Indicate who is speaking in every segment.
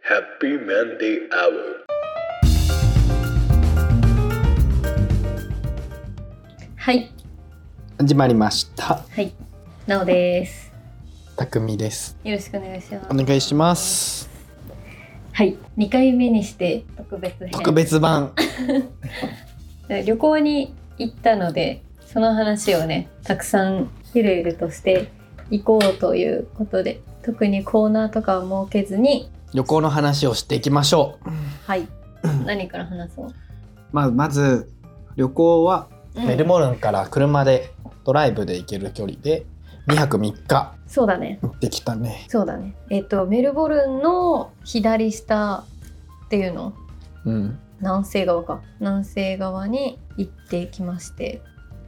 Speaker 1: Happy Monday Hour
Speaker 2: はい、
Speaker 3: 始まりました。
Speaker 2: はい、なおです。
Speaker 3: たくみです。
Speaker 2: よろしくお願いします。
Speaker 3: お願いします。
Speaker 2: はい、二回目にして特別編。
Speaker 3: 特別版。
Speaker 2: 旅行に行ったので、その話をね、たくさんゆるゆるとしていこうということで、特にコーナーとかは設けずに、
Speaker 3: 旅行の話をしていきましょう。
Speaker 2: はい、何から話そう。
Speaker 3: まあ、まず旅行はメルモルンから車でドライブで行ける距離で2泊3日
Speaker 2: うんそうだね。
Speaker 3: 行ってきたね。
Speaker 2: そうだね。えっ、とメルボルンの左下っていうの
Speaker 3: うん。
Speaker 2: 南西側か南西側に行ってきま して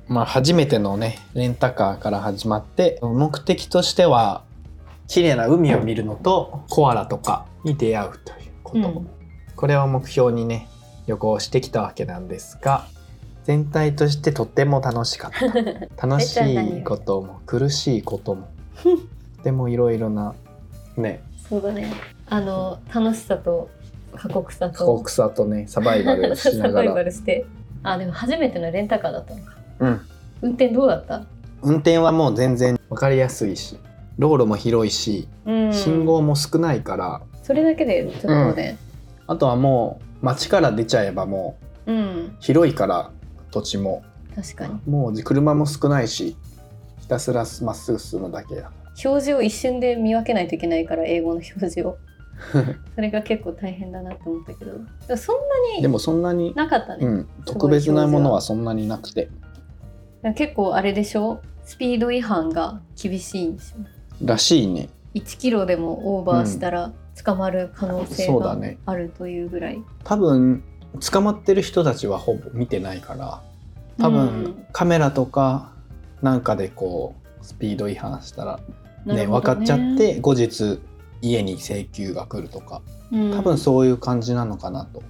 Speaker 3: まあ、初めてのねレンタカーから始まって目的としては綺麗な海を見るのとコアラとかに出会うということ、
Speaker 2: うん
Speaker 3: これを目標にね旅行してきたわけなんですが全体としてとても楽しかった楽しいことも苦しいこともでもいろいろなね
Speaker 2: そうだね。あの楽しさと過酷さと
Speaker 3: 過酷さとねサバイバルしなが
Speaker 2: サバイバ
Speaker 3: ら、
Speaker 2: ルして。あでも初めてのレンタカーだったのか。
Speaker 3: うん、
Speaker 2: 運転どうだった？
Speaker 3: 運転はもう全然分かりやすいし道路も広いし
Speaker 2: うん
Speaker 3: 信号も少ないから、
Speaker 2: それだけでちょっとね。
Speaker 3: あとはもう街から出ちゃえばもう
Speaker 2: うん、
Speaker 3: 広いから土地も
Speaker 2: 確かに。
Speaker 3: もう車も少ないしひたすらまっすぐ進むだけだ
Speaker 2: 表示を一瞬で見分けないといけないから英語の表示 を。それが結構大変だなと思ったけど。でもそん
Speaker 3: でもそんなに、
Speaker 2: ななかったね。
Speaker 3: うん、特別なものはそんなになくて
Speaker 2: 結構あれでしょ？スピード違反が厳しいんですよ。
Speaker 3: らしいね
Speaker 2: 1キロでもオーバーしたら捕まる可能性
Speaker 3: そうだ
Speaker 2: が
Speaker 3: ね
Speaker 2: あるというぐらい。
Speaker 3: 多分捕まってる人たちはほぼ見てないから多
Speaker 2: うん
Speaker 3: 分カメラとかなんかでこうスピード違反したらね
Speaker 2: なるほ
Speaker 3: 分か
Speaker 2: ど
Speaker 3: っちゃって後日家に請求が来るとか多分そういう感じなのかなと、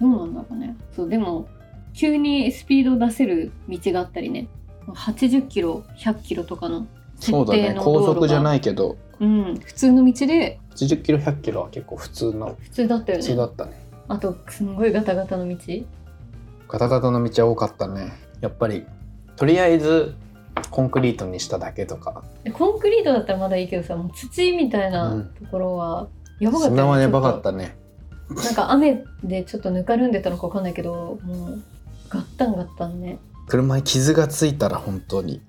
Speaker 2: うん、どうなんだろうねそうでも急にスピードを出せる道があったりね80キロ100キロとかの設
Speaker 3: そうだ
Speaker 2: 定
Speaker 3: ね
Speaker 2: の道
Speaker 3: 高
Speaker 2: 路が
Speaker 3: 速じゃないけど
Speaker 2: うん、普通の道で
Speaker 3: 80キロ100キロは結構普通の
Speaker 2: 普通だったよ
Speaker 3: 普
Speaker 2: ね
Speaker 3: 通だったね
Speaker 2: あとすんごいガタガタの道
Speaker 3: ガタガタの道は多かったねやっぱりとりあえずコンクリートにしただけとか
Speaker 2: でコンクリートだったらまだいいけどさもう土みたいなところは、やばかった
Speaker 3: 砂はね
Speaker 2: ちょっと
Speaker 3: バかったね
Speaker 2: なんか雨でちょっとぬかるんでたのかわかんないけどもうガッタンガッタンね
Speaker 3: 車に傷がついたら本当に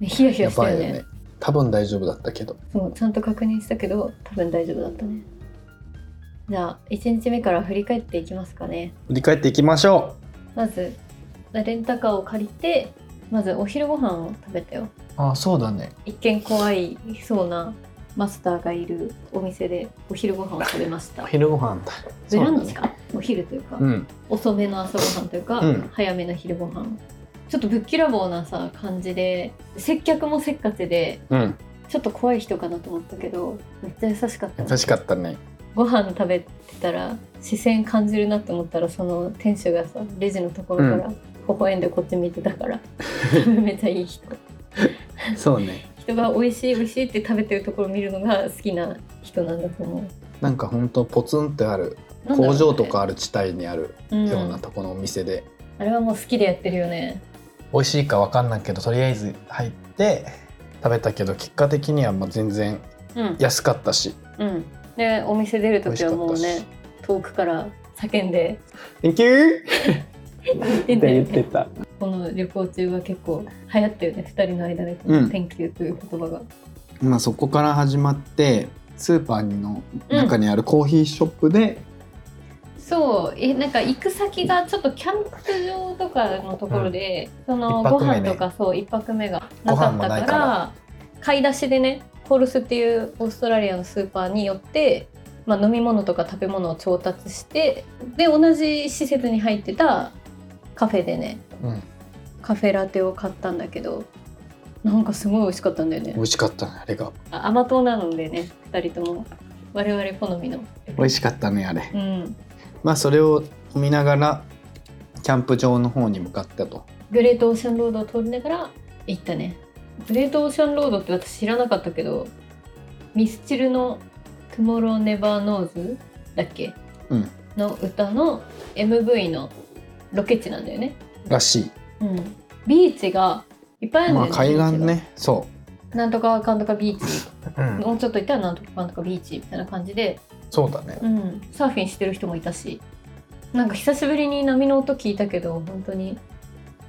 Speaker 2: ねヒヤヒ
Speaker 3: や
Speaker 2: ヤした
Speaker 3: ばい
Speaker 2: よ
Speaker 3: よ
Speaker 2: ね
Speaker 3: ね多分大丈夫だったけど
Speaker 2: そうちゃんと確認したけど多分大丈夫だったねじゃあ1日目から振り返っていきますかね
Speaker 3: 振り返っていきましょ
Speaker 2: まずレンタカーを借りてまずお昼ご飯を食べたよ
Speaker 3: うあそうだね
Speaker 2: 一見怖いそうなマスターがいるお店でお昼ご飯を食べまし
Speaker 3: お
Speaker 2: た
Speaker 3: 昼ご飯だ
Speaker 2: ブランチ
Speaker 3: そうだね
Speaker 2: か、お昼というか、
Speaker 3: うん
Speaker 2: 遅めの朝ごはんというか、
Speaker 3: うん
Speaker 2: 早めの昼ごはんちょっとぶっきらぼうなさ感じで接客もせっかちで
Speaker 3: うん
Speaker 2: ちょっと怖い人かなと思ったけどめっちゃ優しかったね
Speaker 3: 優しかったね
Speaker 2: ご飯食べてたら視線感じるなって思ったらその店主がさレジのところから微笑んでこっち見てたから、 めっちゃいい人
Speaker 3: そうね
Speaker 2: 人が美味しい美味しいって食べてるところを見るのが好きな人なんだと思う
Speaker 3: なんか本当ポツンってある
Speaker 2: なんだろうね
Speaker 3: 工場とかある地帯にある
Speaker 2: うん
Speaker 3: ようなとこのお店で、
Speaker 2: あれはもう好きでやってるよね
Speaker 3: 美味しいかわかんないけどとりあえず入って食べたけど結果的にはもう全然
Speaker 2: うん、
Speaker 3: 安かったし
Speaker 2: うん、でお店出る時はもう
Speaker 3: 美味し
Speaker 2: ね遠くから叫んで
Speaker 3: 「Thank you!」
Speaker 2: 言ってたよね
Speaker 3: た
Speaker 2: この旅行中は結構流行ってるね2人の間で「
Speaker 3: うん
Speaker 2: Thank you」という言葉が
Speaker 3: まあそこから始まってスーパーの中にあるコーヒーショップで、
Speaker 2: そうえなんか行く先がちょっとキャンプ場とかのところで、その
Speaker 3: 一
Speaker 2: ご
Speaker 3: 泊目
Speaker 2: 飯
Speaker 3: ね
Speaker 2: とかそう一泊目がなかった
Speaker 3: ご飯も
Speaker 2: か
Speaker 3: な
Speaker 2: ら
Speaker 3: いから
Speaker 2: 買い出しでねコールスっていうオーストラリアのスーパーに寄って、まあ、飲み物とか食べ物を調達してで同じ施設に入ってたカフェでね
Speaker 3: うん、
Speaker 2: カフェラテを買ったんだけどなんかすごい美味しかったんだよね
Speaker 3: 美味しかったねあれが
Speaker 2: あ甘党なのでね2人とも我々好みの
Speaker 3: 美味しかったねあれ
Speaker 2: うん
Speaker 3: まあそれを見ながらキャンプ場の方に向かったと
Speaker 2: グレートオーシャンロードを通りながら行ったねグレートオーシャンロードって私知らなかったけどミスチルの「トゥモロー・ネバー・ノーズ」だっけ
Speaker 3: うん
Speaker 2: の歌の MV のロケ地なんだよね、
Speaker 3: らしい。
Speaker 2: うん、ビーチがいっぱいあるんだ
Speaker 3: ま
Speaker 2: よ
Speaker 3: あ
Speaker 2: ね、
Speaker 3: 海岸
Speaker 2: ビーチ
Speaker 3: ね、そ
Speaker 2: がなんとかかんとかビーチ
Speaker 3: う。うん、
Speaker 2: もうちょっといたらなんとかかんとかビーチみたいな感じで、
Speaker 3: そうだね。
Speaker 2: うん、サーフィンしてる人もいたしなんか久しぶりに波の音聞いたけど本当に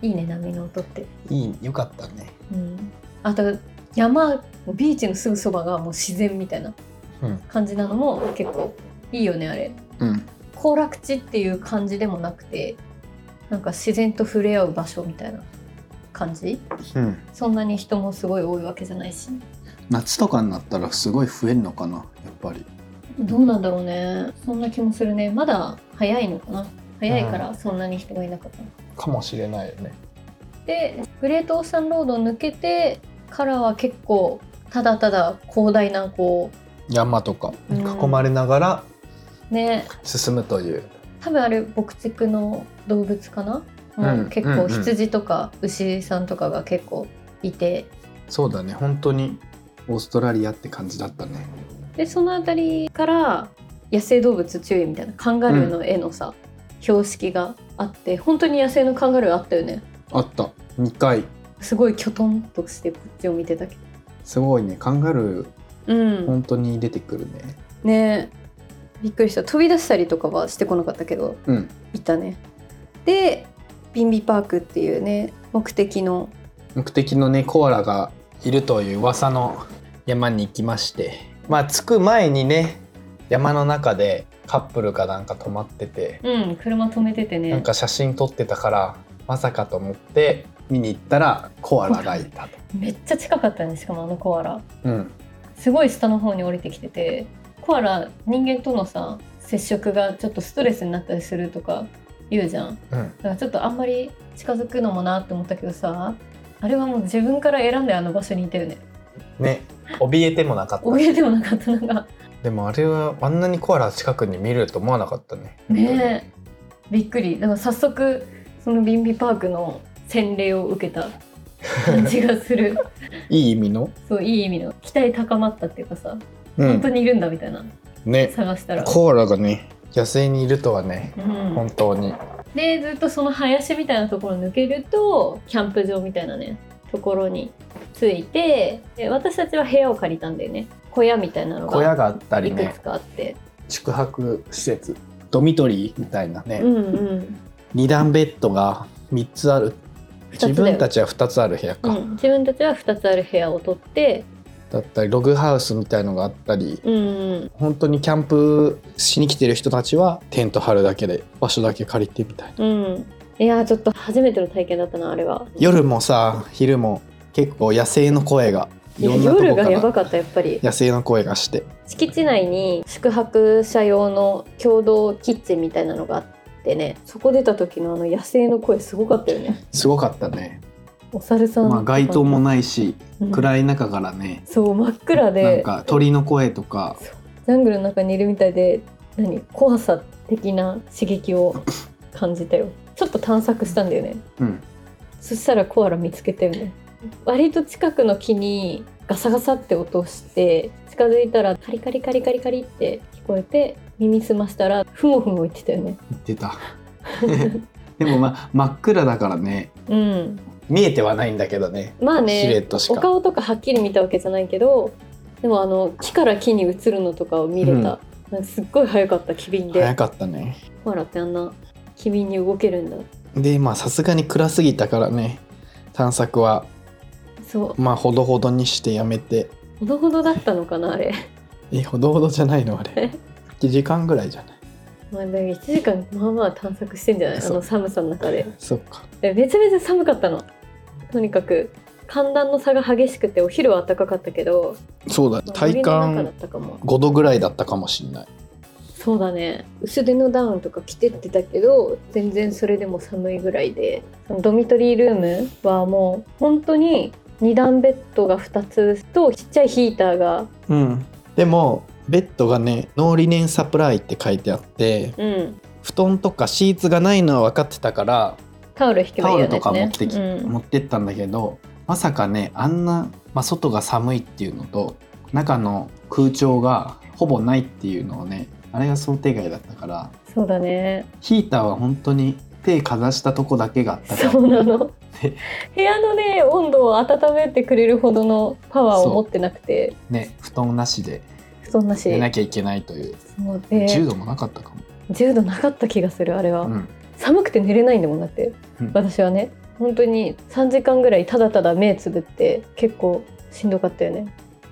Speaker 2: いいね波の音って、
Speaker 3: いい、よかったね。
Speaker 2: うん、あと山ビーチのすぐそばがもう自然みたいな
Speaker 3: うん、
Speaker 2: 感じなのも結構いいよねあれ
Speaker 3: うん、
Speaker 2: 行楽地っていう感じでもなくてなんか自然と触れ合う場所みたいな感じ
Speaker 3: うん。
Speaker 2: そんなに人もすごい多いわけじゃないし
Speaker 3: 夏とかになったらすごい増えるのかな、やっぱり。
Speaker 2: どうなんだろうねそんな気もするねまだ早いのかな早いからそんなに人がいなかったの
Speaker 3: かもしれないよね。
Speaker 2: でグレートオーサンロードを抜けてからは結構ただただ広大なこ
Speaker 3: 山とか
Speaker 2: うん
Speaker 3: に囲まれながら
Speaker 2: うね
Speaker 3: 進むという。
Speaker 2: 多分あれ牧畜の動物かな、
Speaker 3: うん
Speaker 2: もう結
Speaker 3: うんう
Speaker 2: 構
Speaker 3: ん
Speaker 2: 羊とか牛さんとかが結構いて、
Speaker 3: そうだね、本当にオーストラリアって感じだったね。
Speaker 2: でその辺りから野生動物注意みたいなカンガルーの絵のさ、標識があって本当に野生のカンガルーあったよね
Speaker 3: あった、二回。
Speaker 2: すごいきょとんとしてこっちを見てたけ
Speaker 3: すごいね、カンガルー
Speaker 2: どうん
Speaker 3: 本当に出てくるね。
Speaker 2: ねえびっくりした飛び出したりとかはしてこなかったけど
Speaker 3: うん、
Speaker 2: いたねでビンビパークっていうね目的の
Speaker 3: 目的のねコアラがいるという噂の山に行きましてまあ着く前にね山の中でカップルかなんか泊まってて、
Speaker 2: うん車止めててね
Speaker 3: なんか写真撮ってたからまさかと思って見に行ったらコアラがいたと。
Speaker 2: めっちゃ近かったねしかもあのコアラ
Speaker 3: うん、
Speaker 2: すごい下の方に降りてきててコアラ人間とのさ接触がちょっとストレスになったりするとか言うじゃん
Speaker 3: うん、
Speaker 2: だからちょっとあんまり近づくのもなって思ったけどさあれはもう自分から選んであの場所にいたよね
Speaker 3: ね怯えてもなかった
Speaker 2: 怯えてもなかったなんか
Speaker 3: でもあれはあんなにコアラ近くに見れると思わなかったね。
Speaker 2: ねびっくりだから早速そのビンビパークの洗礼を受けた感じがする
Speaker 3: いい意味の、
Speaker 2: そういい意味の期待高まったっていうかさ
Speaker 3: う
Speaker 2: 本当
Speaker 3: ん、
Speaker 2: にいるんだみたいな
Speaker 3: ね
Speaker 2: 探したら、
Speaker 3: コアラがね野生にいるとはね
Speaker 2: うん、
Speaker 3: 本当に
Speaker 2: でずっとその林みたいなところ抜けるとキャンプ場みたいなねところに着いてで私たちは部屋を借りたんだよね小屋みたいなの
Speaker 3: 小屋
Speaker 2: が
Speaker 3: があった
Speaker 2: い
Speaker 3: りね
Speaker 2: くつかあって、
Speaker 3: 宿泊施設ドミトリーみたいなね、
Speaker 2: うんうん
Speaker 3: 二段ベッドが3つある
Speaker 2: 二つだよ
Speaker 3: 自分たちは2つある部屋
Speaker 2: う
Speaker 3: か、
Speaker 2: ん、自分たちは2つある部屋を取って、
Speaker 3: だったりログハウスみたいのがあったり
Speaker 2: うんうん、
Speaker 3: 本当にキャンプしに来てる人たちはテント張るだけで場所だけ借りてみたいな
Speaker 2: うん。いやーちょっと初めての体験だったなあれは。
Speaker 3: 夜もさ昼も結構野生の声がい
Speaker 2: いや
Speaker 3: ろんなと
Speaker 2: 夜
Speaker 3: こ
Speaker 2: がやば
Speaker 3: か
Speaker 2: かったやっぱり
Speaker 3: ら野生の声がして
Speaker 2: 敷地内に宿泊者用の共同キッチンみたいなのがあってねそこ出た時のあの野生の声すごかったよね
Speaker 3: すごかったね、
Speaker 2: お猿さん
Speaker 3: まあ、街灯も
Speaker 2: い、
Speaker 3: ないし
Speaker 2: うん
Speaker 3: 暗い中からね
Speaker 2: そう真っ暗で
Speaker 3: なんか鳥の声とか
Speaker 2: ジャングルの中にいるみたいで何怖さ的な刺激 を感じたよちょっと探索したんだよね
Speaker 3: うん
Speaker 2: そしたらコアラ見つけたよね割と近くの木にガサガサって音をして近づいたらカリカリカリカリカリって聞こえて耳澄ましたらふもふも言ってたよね
Speaker 3: 言って たでもまあ真っ暗だからね
Speaker 2: うん
Speaker 3: 見えてはないんだけどね
Speaker 2: まあ
Speaker 3: シルエ
Speaker 2: ね
Speaker 3: ットし
Speaker 2: お
Speaker 3: か
Speaker 2: 顔とかはっきり見たわけじゃないけどでもあの木から木に移るのとかを見れた、
Speaker 3: うん
Speaker 2: なんかすっごい早かった機敏
Speaker 3: 早
Speaker 2: で
Speaker 3: かったね
Speaker 2: コアラってあんな機敏に動けるんだ
Speaker 3: でまあさすがに暗すぎたからね探索は
Speaker 2: そう
Speaker 3: まあほどほどにしてやめて
Speaker 2: ほどほどだったのかなあれ
Speaker 3: えほどほどじゃないのあ
Speaker 2: え
Speaker 3: れ1時間ぐらいじゃない
Speaker 2: まあ1時間まあまあ探索してんじゃないあ
Speaker 3: そう
Speaker 2: の寒さの中で
Speaker 3: そっか
Speaker 2: でめちゃめちゃ寒かったのとにかく寒暖の差が激しくてお昼は暖かかったけど
Speaker 3: そうだ
Speaker 2: まあ
Speaker 3: 体
Speaker 2: 森の中だ
Speaker 3: 感
Speaker 2: ったかも
Speaker 3: 5度ぐらいだったかもしんない
Speaker 2: そうだね薄手のダウンとか着てってたけど全然それでも寒いぐらいでそのドミトリールームはもう本当に2段ベッドが2つとちっちゃいヒーターが
Speaker 3: うんでもベッドがねノーリネンサプライって書いてあって
Speaker 2: うん
Speaker 3: 布団とかシーツがないのは分かってたから
Speaker 2: タオル引けば
Speaker 3: タ
Speaker 2: いい
Speaker 3: オ
Speaker 2: よ
Speaker 3: ル
Speaker 2: ね
Speaker 3: とか持ってき、
Speaker 2: ねうん
Speaker 3: 持ってったんだけどまさかねあんな、まあ、外が寒いっていうのと中の空調がほぼないっていうのをねあれが想定外だったから
Speaker 2: そうだね
Speaker 3: ヒーターは本当に手かざしたとこだけがあったかい
Speaker 2: そうなの
Speaker 3: ね
Speaker 2: 部屋のね温度を温めてくれるほどのパワーを持ってなくて
Speaker 3: ね布団なしで
Speaker 2: 布団なし
Speaker 3: 寝なきゃいけないという、
Speaker 2: そうで
Speaker 3: 10度もなかったかも、
Speaker 2: 10度なかった気がするあれは、
Speaker 3: うん、
Speaker 2: 寒くて寝れないんだもんだって、
Speaker 3: うん
Speaker 2: 私はね本当に3時間ぐらいただただ目つぶって結構しんどかったよね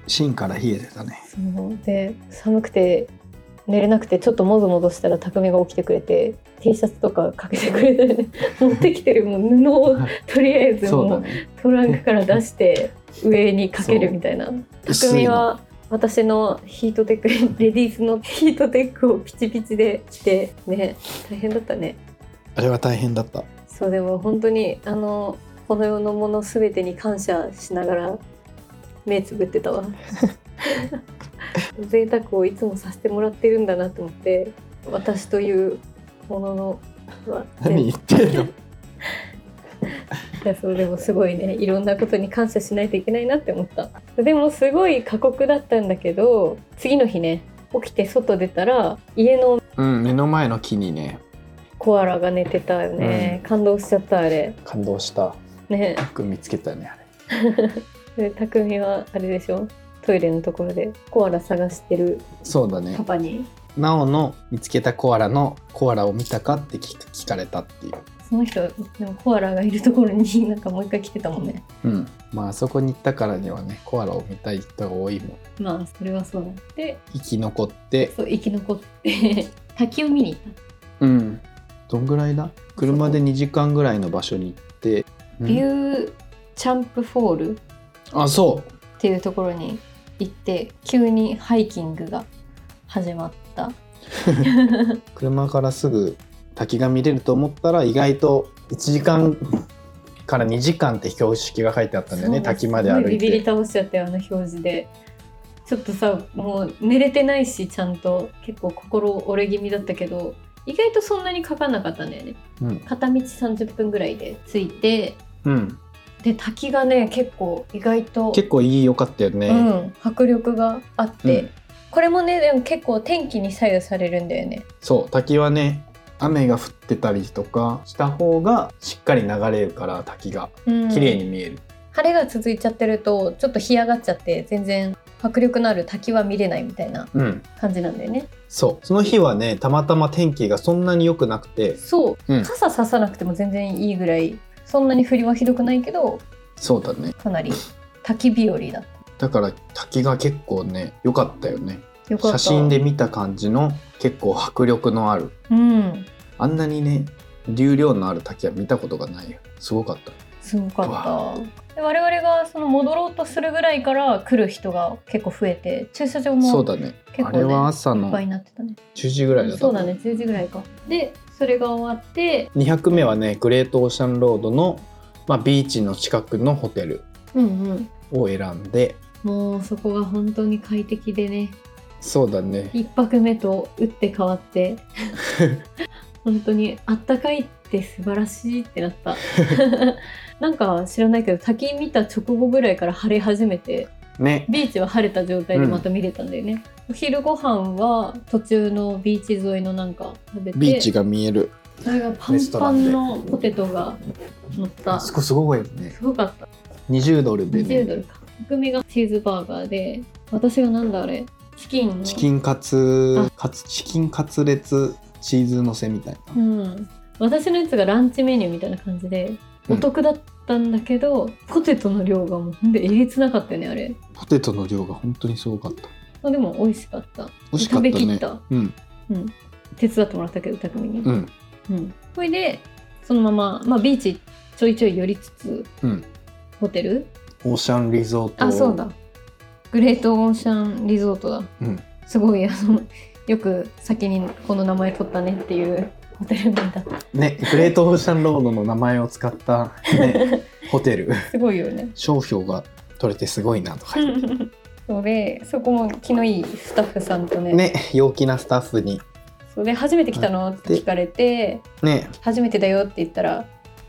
Speaker 3: 芯から冷えてたね
Speaker 2: そうで寒くて寝れなくてちょっともぞもぞしたら匠が起きてくれて T シャツとかかけてくれて、 ね、持ってきてるもう布をとりあえず
Speaker 3: そう
Speaker 2: も
Speaker 3: だ
Speaker 2: う
Speaker 3: ね
Speaker 2: トランクから出して上にかけるみたいな
Speaker 3: 薄い
Speaker 2: 匠
Speaker 3: の
Speaker 2: は私のヒートテックレディースの ヒートテックをピチピチで着てね大変だったね
Speaker 3: あれは大変だった
Speaker 2: そうでも本当にあのこの世のもの全てに感謝しながら目つぶって たわ贅沢をいつもさせてもらってるんだなと思って私というもののは
Speaker 3: 何言ってんの
Speaker 2: いやそうでもすごいねいろんなことに感謝しないといけないなって思ったでもすごい過酷だったんだけど次の日ね起きて外出たら家の
Speaker 3: うん目の前の木にね
Speaker 2: コアラが寝てたよね、感動しちゃったあれ
Speaker 3: 感動した
Speaker 2: ね
Speaker 3: よく見つけたねあれ
Speaker 2: で匠はあれでしょトイレのところでコアラ探してる
Speaker 3: そうだね
Speaker 2: パパに
Speaker 3: なおの見つけたコアラのコアラを見たかって聞く聞かれたっていう
Speaker 2: その人でもコアラがいるところになんかもう一回来てたもんね
Speaker 3: うんまああそこに行ったからにはねコアラを見たい人が多いもん
Speaker 2: まあそれはそうだで
Speaker 3: 生き残って
Speaker 2: そう生き残って 滝を見に行っ
Speaker 3: うんどんぐらいだ車で2時間ぐらいの場所に行って、う
Speaker 2: た
Speaker 3: ん
Speaker 2: ビューチャンプフォール
Speaker 3: あそう
Speaker 2: っていうところに行って急にハイキングが始まった
Speaker 3: 車からすぐ滝が見れると思ったら意外と1時間から2時間って標識が書いてあったんだよね滝まで
Speaker 2: そうすご
Speaker 3: 歩い
Speaker 2: ビビり
Speaker 3: て
Speaker 2: 倒しちゃったよあの表示でちょっとさもう寝れてないしちゃんと結構心折れ気味だったけど意外とそんなにかかんなかったんだよね
Speaker 3: うん、
Speaker 2: 片道30分ぐらいで着いて
Speaker 3: うん、
Speaker 2: で滝がね結構意外と
Speaker 3: 結構いいよかったよね、
Speaker 2: うん、迫力があって、
Speaker 3: うん
Speaker 2: これもねでも結構天気に左右されるんだよね
Speaker 3: そう滝はね雨が降ってたりとかした方がしっかり流れるから滝が
Speaker 2: うん
Speaker 3: 綺麗に見える、
Speaker 2: 晴れが続いちゃってるとちょっと干上がっちゃって全然迫力のある滝は見れないみたいな
Speaker 3: うん
Speaker 2: 感じなんだよね
Speaker 3: そうその日はねたまたま天気がそんなに良くなくて
Speaker 2: そう、
Speaker 3: うん
Speaker 2: 傘ささなくても全然いいぐらいそんなに振りはひどくないけど
Speaker 3: そうだね
Speaker 2: かなり滝日和だっ
Speaker 3: だから滝が結構ね良かったよね
Speaker 2: たよかった
Speaker 3: 写真で見た感じの結構迫力のある
Speaker 2: うん
Speaker 3: あんなにね流量のある滝は見たことがないよすごかった
Speaker 2: すごか
Speaker 3: うわ
Speaker 2: ったで我々がその戻ろうとするぐらいから来る人が結構増えて駐車場
Speaker 3: そう
Speaker 2: も
Speaker 3: だね
Speaker 2: 結
Speaker 3: あ
Speaker 2: 構ね
Speaker 3: れは朝
Speaker 2: いっ
Speaker 3: の
Speaker 2: ぱい
Speaker 3: 10
Speaker 2: になってたね
Speaker 3: 時ぐらいだった
Speaker 2: そうだね10時ぐらいかでそれが終わって
Speaker 3: 200目はねグレートオーシャンロードの、まあ、ビーチの近くのホテル
Speaker 2: うんうん
Speaker 3: を選んで
Speaker 2: もうそこが本当に快適でね
Speaker 3: そうだね
Speaker 2: 一泊目と打って変わって 本当にあったかいって素晴らしいってなった なんか知らないけど滝見た直後ぐらいから晴れ始めて
Speaker 3: ね
Speaker 2: ビーチは晴れた状態でまた見れたんだよね、お昼ご飯は途中のビーチ沿いのなんか食べて
Speaker 3: ビーチが見える
Speaker 2: それがパンパンのポテトが乗った
Speaker 3: そ
Speaker 2: す
Speaker 3: こすごいよね
Speaker 2: ごかった
Speaker 3: 20ドルで
Speaker 2: 20ド
Speaker 3: ね
Speaker 2: ルか匠がチーズバーガーで私がなんだあれチキンの
Speaker 3: チキンカツカツチキンカツレツチーズのせみたいな、
Speaker 2: うん、私のやつがランチメニューみたいな感じで
Speaker 3: う
Speaker 2: お
Speaker 3: ん
Speaker 2: 得だったんだけど、ポテトの量がもうほんでえげつなかったよねあれ
Speaker 3: ポテトの量が本当にすごかった
Speaker 2: まあでも美味しかった
Speaker 3: 美味しかったね
Speaker 2: 食べきった、
Speaker 3: うん
Speaker 2: うん、手伝ってもらったけど匠に
Speaker 3: うん
Speaker 2: うんほいでそのまま、まあ、ビーチちょいちょい寄りつつ
Speaker 3: うん
Speaker 2: ホテル
Speaker 3: オーシャンリゾート
Speaker 2: あそうだグレートオーシャンリゾートだ
Speaker 3: うん
Speaker 2: すごいあのよく先にこの名前取ったねっていうホテルなんだった
Speaker 3: ねグレートオーシャンロードの名前を使った、 ね、ホテル
Speaker 2: すごいよね
Speaker 3: 商標が取れてすごいなとか言って
Speaker 2: それそこも気のいいスタッフさんとね
Speaker 3: ね陽気なスタッフに
Speaker 2: それ初めて来たのって聞かれて
Speaker 3: ね
Speaker 2: 初めてだよって言ったら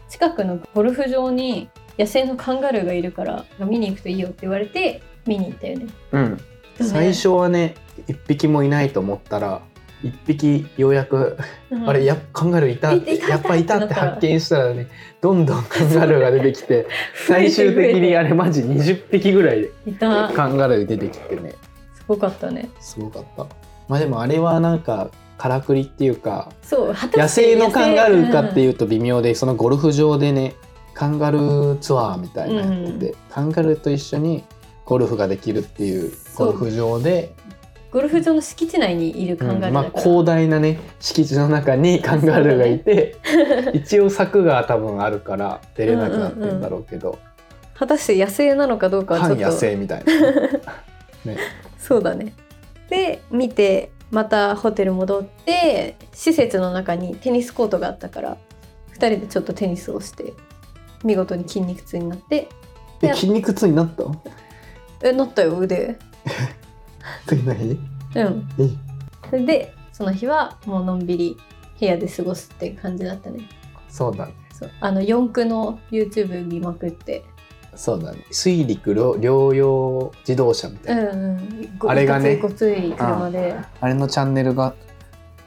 Speaker 2: 近くのゴルフ場に野生のカンガルーがいるから見に行くといいよって言われて見に行ったよね。
Speaker 3: うん最初はね一匹もいないと思ったら一匹ようやく
Speaker 2: うん
Speaker 3: あれや考えるいたって
Speaker 2: いたいた
Speaker 3: やっぱいたって発見したらねどんどんカンガルーが出てき て
Speaker 2: 増え
Speaker 3: 最
Speaker 2: て
Speaker 3: 終的にあれマジ20匹ぐらいで
Speaker 2: いた
Speaker 3: カンガルー出てきてね
Speaker 2: すごかったね
Speaker 3: すごかったまあでもあれはなんかからくりっていうか
Speaker 2: そう果
Speaker 3: 野
Speaker 2: たして
Speaker 3: 生のカンガルーかっていうと微妙でそのゴルフ場でねカンガルーツアーみたいなやつでカンガルーと一緒にゴルフができるっていう
Speaker 2: そ
Speaker 3: ゴ
Speaker 2: う
Speaker 3: ルフ場で
Speaker 2: ゴルフ場の敷地内にいるカンガルー
Speaker 3: ま
Speaker 2: だ
Speaker 3: あ
Speaker 2: から、
Speaker 3: 広大なね敷地の中にカンガルーがいて、一応柵が多分あるから出れなくなってんだろうけど、
Speaker 2: 果たして野生なのかどうかはちょ
Speaker 3: 半
Speaker 2: っ
Speaker 3: 野
Speaker 2: と
Speaker 3: 生みたいな
Speaker 2: そうだねで見てまたホテル戻って施設の中にテニスコートがあったから2人でちょっとテニスをして見事に筋肉痛になって
Speaker 3: え筋肉痛になったの
Speaker 2: 「えなったよ腕
Speaker 3: 次の日」
Speaker 2: うん
Speaker 3: え
Speaker 2: それでその日はもうのんびり部屋で過ごすっていう感じだったね
Speaker 3: そうだね
Speaker 2: そうあの四駆の YouTube 見まくって
Speaker 3: そうだね水陸両療養自動車みた
Speaker 2: う
Speaker 3: い
Speaker 2: ん
Speaker 3: な、
Speaker 2: うんご
Speaker 3: あれがね
Speaker 2: ごついごつい車で
Speaker 3: あれのチャンネルが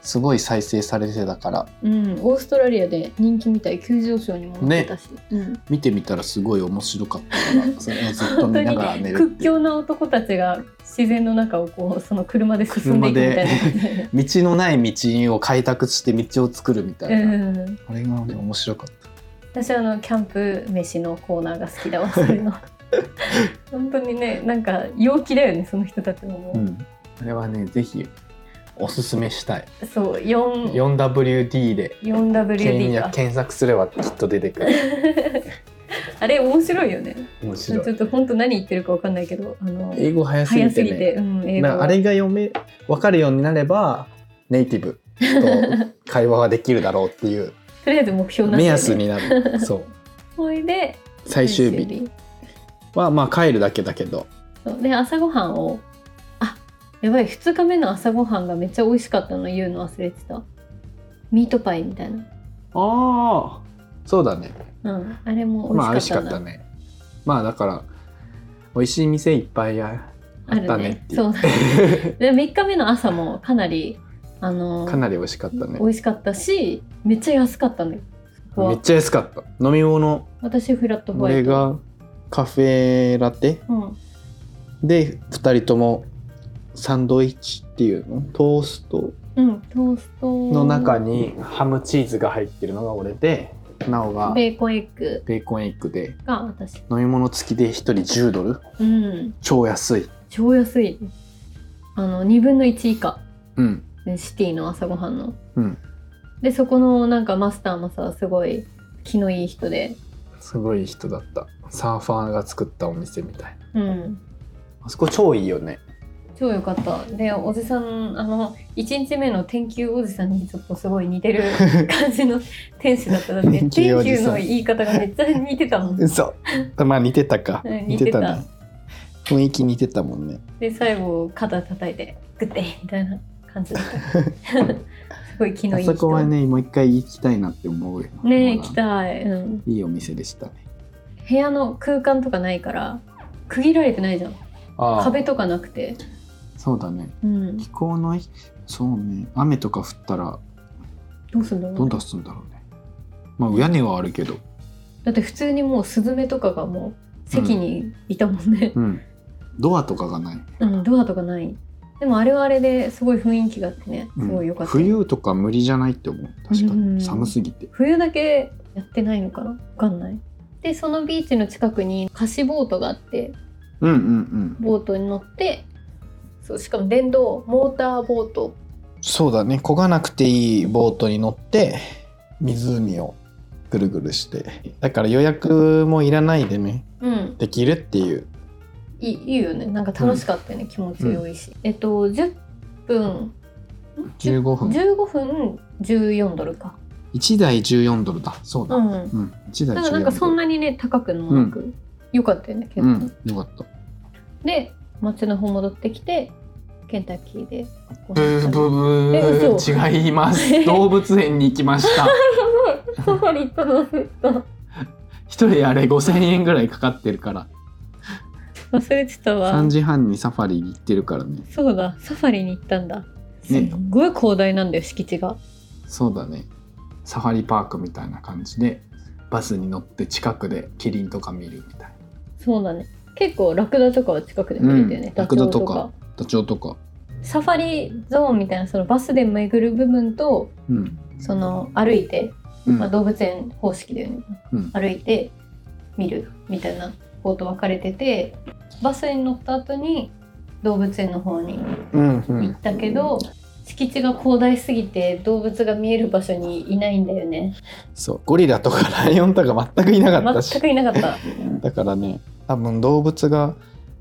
Speaker 3: すごい再生されてたから
Speaker 2: うんオーストラリアで人気みたい急上昇にもなってたし、うん
Speaker 3: 見てみたらすごい面白かったからそれをずっと見ながら寝る
Speaker 2: 屈
Speaker 3: っていう
Speaker 2: 強な男たちが自然の中をこうその車で進んでいくみたいな感じで
Speaker 3: 道のない道を開拓して道を作るみたい な、
Speaker 2: うん
Speaker 3: あれがね面白かった
Speaker 2: 私はあのキャンプ飯のコーナーが好きだわそういう の本当にねなんか陽気だよねその人たちももう、
Speaker 3: うん、あれはねぜひおすすめしたい
Speaker 2: そう4
Speaker 3: 4WD で
Speaker 2: 4WD か
Speaker 3: 検検索すればきっと出てくる
Speaker 2: あれ面白いよね
Speaker 3: 面
Speaker 2: ち
Speaker 3: 白
Speaker 2: ょっ
Speaker 3: い
Speaker 2: と本当何言ってるかわかんないけどあの
Speaker 3: 英語早す
Speaker 2: 早
Speaker 3: ぎ
Speaker 2: す
Speaker 3: て
Speaker 2: ぎて、
Speaker 3: ね
Speaker 2: うん、英語
Speaker 3: なあれが読め分かるようになればネイティブと会話ができるだろうっていう
Speaker 2: とりあえず目標なん
Speaker 3: 目
Speaker 2: だよね
Speaker 3: 安にな るそう
Speaker 2: ほいで
Speaker 3: 最終日はまあ帰るだけだけど
Speaker 2: そうで朝ごはんをあやばい2日目の朝ごはんがめっちゃ美味しかったの言うの忘れてたミートパイみたいな、
Speaker 3: ああそうだね
Speaker 2: うん、あれも
Speaker 3: まあ美
Speaker 2: 美
Speaker 3: 味
Speaker 2: 味
Speaker 3: し
Speaker 2: し
Speaker 3: か
Speaker 2: か
Speaker 3: っ
Speaker 2: ったたな
Speaker 3: ねまあだから美味しい店いっぱいああったねっていう
Speaker 2: そうそう で3日目の朝もかなりあの
Speaker 3: かなり美味しかったね
Speaker 2: 美味しかったしめっちゃ安かったのよそこ
Speaker 3: め
Speaker 2: は
Speaker 3: っちゃ安かった飲み物
Speaker 2: 私フラットホ
Speaker 3: こ
Speaker 2: ワ
Speaker 3: れ
Speaker 2: イト、
Speaker 3: がカフェラテ
Speaker 2: うん、
Speaker 3: で2人ともサンドイッチっていうのトースト
Speaker 2: うん、トースト
Speaker 3: の中にハムチーズが入ってるのが俺でなおが
Speaker 2: ベーコンエッグ
Speaker 3: ベーコンエッグで
Speaker 2: が私
Speaker 3: 飲み物付きで1人10ドル
Speaker 2: うん
Speaker 3: 超安い
Speaker 2: 超安いあの2分の1以下
Speaker 3: うん
Speaker 2: シティの朝ごはんの
Speaker 3: うん
Speaker 2: でそこのなんかマスターもさすごい気のいい人です
Speaker 3: ごい人だったサーファーが作ったお店みたいな
Speaker 2: うん
Speaker 3: あそこ超いいよね
Speaker 2: 超良かったでおじさんあの1日目の天球おじさんにちょっとすごい似て る感じの天使だっただって
Speaker 3: 天
Speaker 2: 天
Speaker 3: 球おじ
Speaker 2: 球
Speaker 3: さん
Speaker 2: の言い方がめっちゃ似てたもん
Speaker 3: 嘘まあ似てたか
Speaker 2: うん似てた
Speaker 3: ね雰囲気似てたもんね
Speaker 2: で最後肩叩いてグッてみたいな感じだった すごい気の
Speaker 3: あ
Speaker 2: いい人
Speaker 3: そこはねもう一回行きたいなって思うよ
Speaker 2: ねえ
Speaker 3: まだ
Speaker 2: 行きたい、うん、
Speaker 3: いいお店でしたね
Speaker 2: 部屋の空間とかないから区切られてないじゃん
Speaker 3: あ
Speaker 2: 壁とかなくて
Speaker 3: そうだね
Speaker 2: うん
Speaker 3: 気候のいそうね雨とか降ったら
Speaker 2: どうすんだろうね
Speaker 3: どんなすんだろうねまあ屋根はあるけど
Speaker 2: だって普通にもうスズメとかがもう席にいたもんね、
Speaker 3: うんドアとかがない、
Speaker 2: うんドアとかないでもあれはあれですごい雰囲気があってね
Speaker 3: う
Speaker 2: す
Speaker 3: ん
Speaker 2: ごい良かった、
Speaker 3: 冬とか無理じゃないって思う確か
Speaker 2: うんうん
Speaker 3: に寒すぎて
Speaker 2: 冬だけやってないのかなわかんないでそのビーチの近くに貸しボートがあって
Speaker 3: うんうんうん
Speaker 2: ボートに乗ってそうしかも電動モーターボート
Speaker 3: そうだね漕がなくていいボートに乗って湖をぐるぐるしてだから予約もいらないでね
Speaker 2: うん
Speaker 3: できるっていう
Speaker 2: いいいいよねなんか楽しかったよね、気持ち良いし、えっと10分
Speaker 3: 15分
Speaker 2: 15分14ドルか
Speaker 3: 1台14ドルだそうだ、
Speaker 2: う
Speaker 3: うん
Speaker 2: ん
Speaker 3: 1
Speaker 2: だか
Speaker 3: 台14ド
Speaker 2: ら
Speaker 3: ル
Speaker 2: なんかそんなにね高くもなく、よかったよね結
Speaker 3: う
Speaker 2: 構、
Speaker 3: んよかった
Speaker 2: で町の方戻ってきてケンタッキーでご
Speaker 3: ブ
Speaker 2: 飯
Speaker 3: ー
Speaker 2: 食
Speaker 3: ブー
Speaker 2: え
Speaker 3: ブ
Speaker 2: 嘘
Speaker 3: ー違います動物園に行きました
Speaker 2: べてソファリ行ったのずっと
Speaker 3: 一人あれ5000円ぐらいかかってるから
Speaker 2: 忘れてたわ
Speaker 3: 3時半にサファリに行ってるからね
Speaker 2: そうだサファリに行ったんだすっごい広大なんだよ敷地が
Speaker 3: そうだねサファリパークみたいな感じでバスに乗って近くでキリンとか見るみたい
Speaker 2: そうだね結構ラクダとかは近くで見れたよね、
Speaker 3: うん
Speaker 2: ダチョウと
Speaker 3: ラクダ
Speaker 2: か
Speaker 3: なダチョウとか
Speaker 2: サファリゾーンみたいなそのバスで巡る部分と
Speaker 3: うん、
Speaker 2: その歩いて、
Speaker 3: うん
Speaker 2: まあ、動物園方式だよね、
Speaker 3: うん
Speaker 2: 歩いて見るみたいな方と分かれててバスに乗った後に動物園の方に
Speaker 3: うんう
Speaker 2: 行
Speaker 3: ん
Speaker 2: ったけど、敷地が広大すぎて動物が見える場所にいないんだよね
Speaker 3: そうゴリラとかライオンとか全くいなかったし
Speaker 2: 全くいなかった、
Speaker 3: だからね多分動物が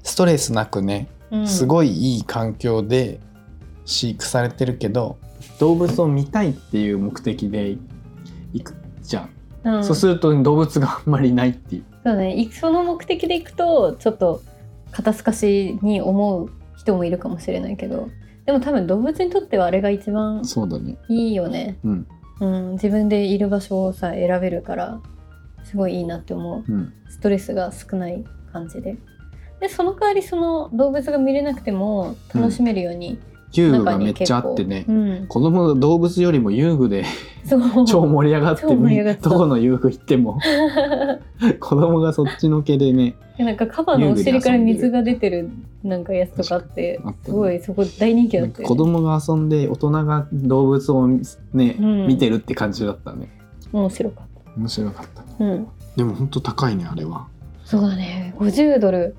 Speaker 3: ストレスなくね
Speaker 2: うん、
Speaker 3: すごいいい環境で飼育されてるけど動物を見たいっていう目的で行くじゃん、
Speaker 2: うん、
Speaker 3: そうすると動物があんまりいないっていう
Speaker 2: そうね、いその目的で行くとちょっと肩透かしに思う人もいるかもしれないけどでも多分動物にとってはあれが一番
Speaker 3: そうだね
Speaker 2: いいよね、
Speaker 3: うん
Speaker 2: うん、自分でいる場所をさ選べるからすごいいいなって思う
Speaker 3: うん
Speaker 2: ストレスが少ない感じででその代わりその動物が見れなくても楽しめるように、
Speaker 3: 遊具
Speaker 2: 中
Speaker 3: がめ
Speaker 2: に
Speaker 3: っち
Speaker 2: 結構
Speaker 3: ゃあってね、
Speaker 2: うん、
Speaker 3: 子供の動物よりも遊具で
Speaker 2: そう
Speaker 3: 超盛り上がって
Speaker 2: 超盛り上がった
Speaker 3: どこの遊具行っても子供がそっちのけでね
Speaker 2: なんかカバのお尻から水が出てるなんかやつとかあって
Speaker 3: あった
Speaker 2: すごいそこ大人気だ
Speaker 3: な
Speaker 2: っ
Speaker 3: ん
Speaker 2: た
Speaker 3: か
Speaker 2: よ
Speaker 3: 子供が遊んで大人が動物をね、
Speaker 2: うん
Speaker 3: 見てるって感じだったね
Speaker 2: 面白かっ
Speaker 3: 面白かったね
Speaker 2: たうん
Speaker 3: でも本当高いねあれは
Speaker 2: そうだね50ドル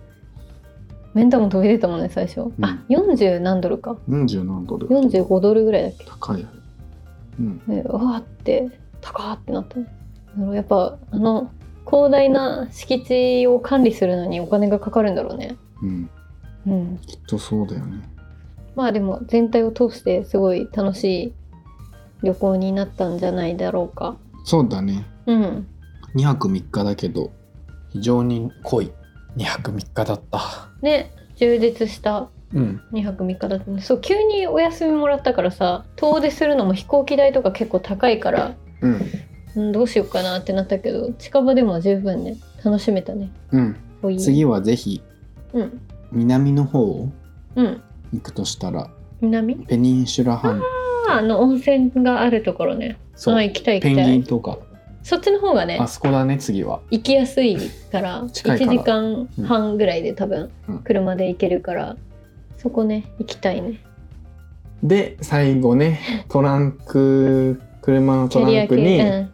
Speaker 2: メンタも飛び出たもんね最初、
Speaker 3: ん
Speaker 2: あ40何ドルか
Speaker 3: 40何ドル
Speaker 2: 45ドルぐらいだっけ
Speaker 3: 高いようん
Speaker 2: ねうわーって高ーってなったねやっぱあの広大な敷地を管理するのにお金がかかるんだろうね
Speaker 3: うん
Speaker 2: うん
Speaker 3: きっとそうだよね
Speaker 2: まあでも全体を通してすごい楽しい旅行になったんじゃないだろうか
Speaker 3: そうだね
Speaker 2: うん
Speaker 3: 2泊3日だけど非常に濃い2泊3日だった
Speaker 2: ね充実した
Speaker 3: うん
Speaker 2: 2泊3日だったねそう急にお休みもらったからさ遠出するのも飛行機代とか結構高いから、
Speaker 3: うん
Speaker 2: うん、どうしようかなってなったけど近場でも十分ね楽しめたね
Speaker 3: うん
Speaker 2: こういう
Speaker 3: 次はぜひ
Speaker 2: うん
Speaker 3: 南の方を
Speaker 2: うん
Speaker 3: 行くとしたら
Speaker 2: 南
Speaker 3: ペニンシュラ半島
Speaker 2: あの温泉があるところね。
Speaker 3: そ
Speaker 2: あ
Speaker 3: う
Speaker 2: 行きたい行
Speaker 3: ペ
Speaker 2: き
Speaker 3: ン
Speaker 2: た
Speaker 3: ギン
Speaker 2: い。
Speaker 3: とか
Speaker 2: そっちの方がね
Speaker 3: あ、そこだね次は
Speaker 2: 行きやすいから、1
Speaker 3: 近いから
Speaker 2: 時間半ぐらいで多分
Speaker 3: うん
Speaker 2: 車で行けるから、そこね行きたいね。
Speaker 3: で最後 ねトランク車の
Speaker 2: キ
Speaker 3: ト
Speaker 2: ャリ
Speaker 3: ラン
Speaker 2: ア
Speaker 3: ク
Speaker 2: 系、
Speaker 3: に
Speaker 2: うん、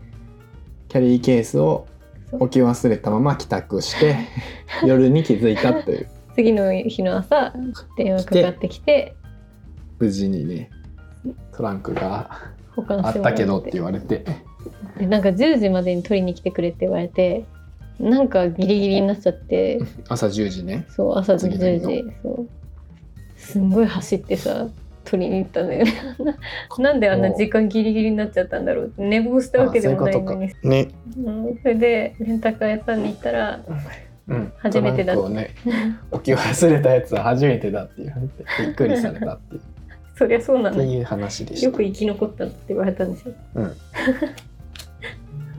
Speaker 3: キャリーケースを
Speaker 2: そう
Speaker 3: 置き忘れたまま帰宅して 夜に気づいたという
Speaker 2: 次の日の朝電話かかってきて
Speaker 3: 無事にねトランクが
Speaker 2: 保管し
Speaker 3: あ
Speaker 2: て
Speaker 3: っ
Speaker 2: もら
Speaker 3: たけどって言われて
Speaker 2: でなんか10時までに取りに来てくれって言われてなんかギリギリになっちゃって
Speaker 3: 朝10時ね
Speaker 2: そう朝
Speaker 3: 次の
Speaker 2: 10
Speaker 3: 日の
Speaker 2: 時そうすんごい走ってさ取りに行ったん だよねなんであんな時間ギリギリになっちゃったんだろう寝坊したわけでもないのに
Speaker 3: ね、
Speaker 2: うんそれでレンタカー屋さんに行ったら
Speaker 3: うん、
Speaker 2: 初めてだ
Speaker 3: トランクをね置き忘れたやつは初めてだって言われてびっくりされたっていう
Speaker 2: そりゃそうな
Speaker 3: って
Speaker 2: のよ
Speaker 3: いう話でした
Speaker 2: よく生き残ったって言われたんですよ、
Speaker 3: うん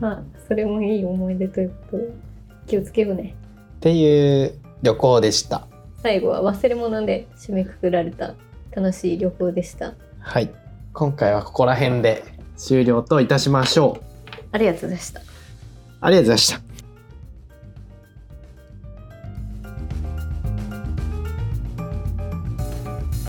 Speaker 2: まあそれもいい思い出ということで気をつけようね
Speaker 3: っていう旅行でした
Speaker 2: 最後は忘れ物で締めくくられた楽しい旅行でした
Speaker 3: はい今回はここら辺で終了といたしましょう
Speaker 2: ありがとうございました
Speaker 3: ありがとうございました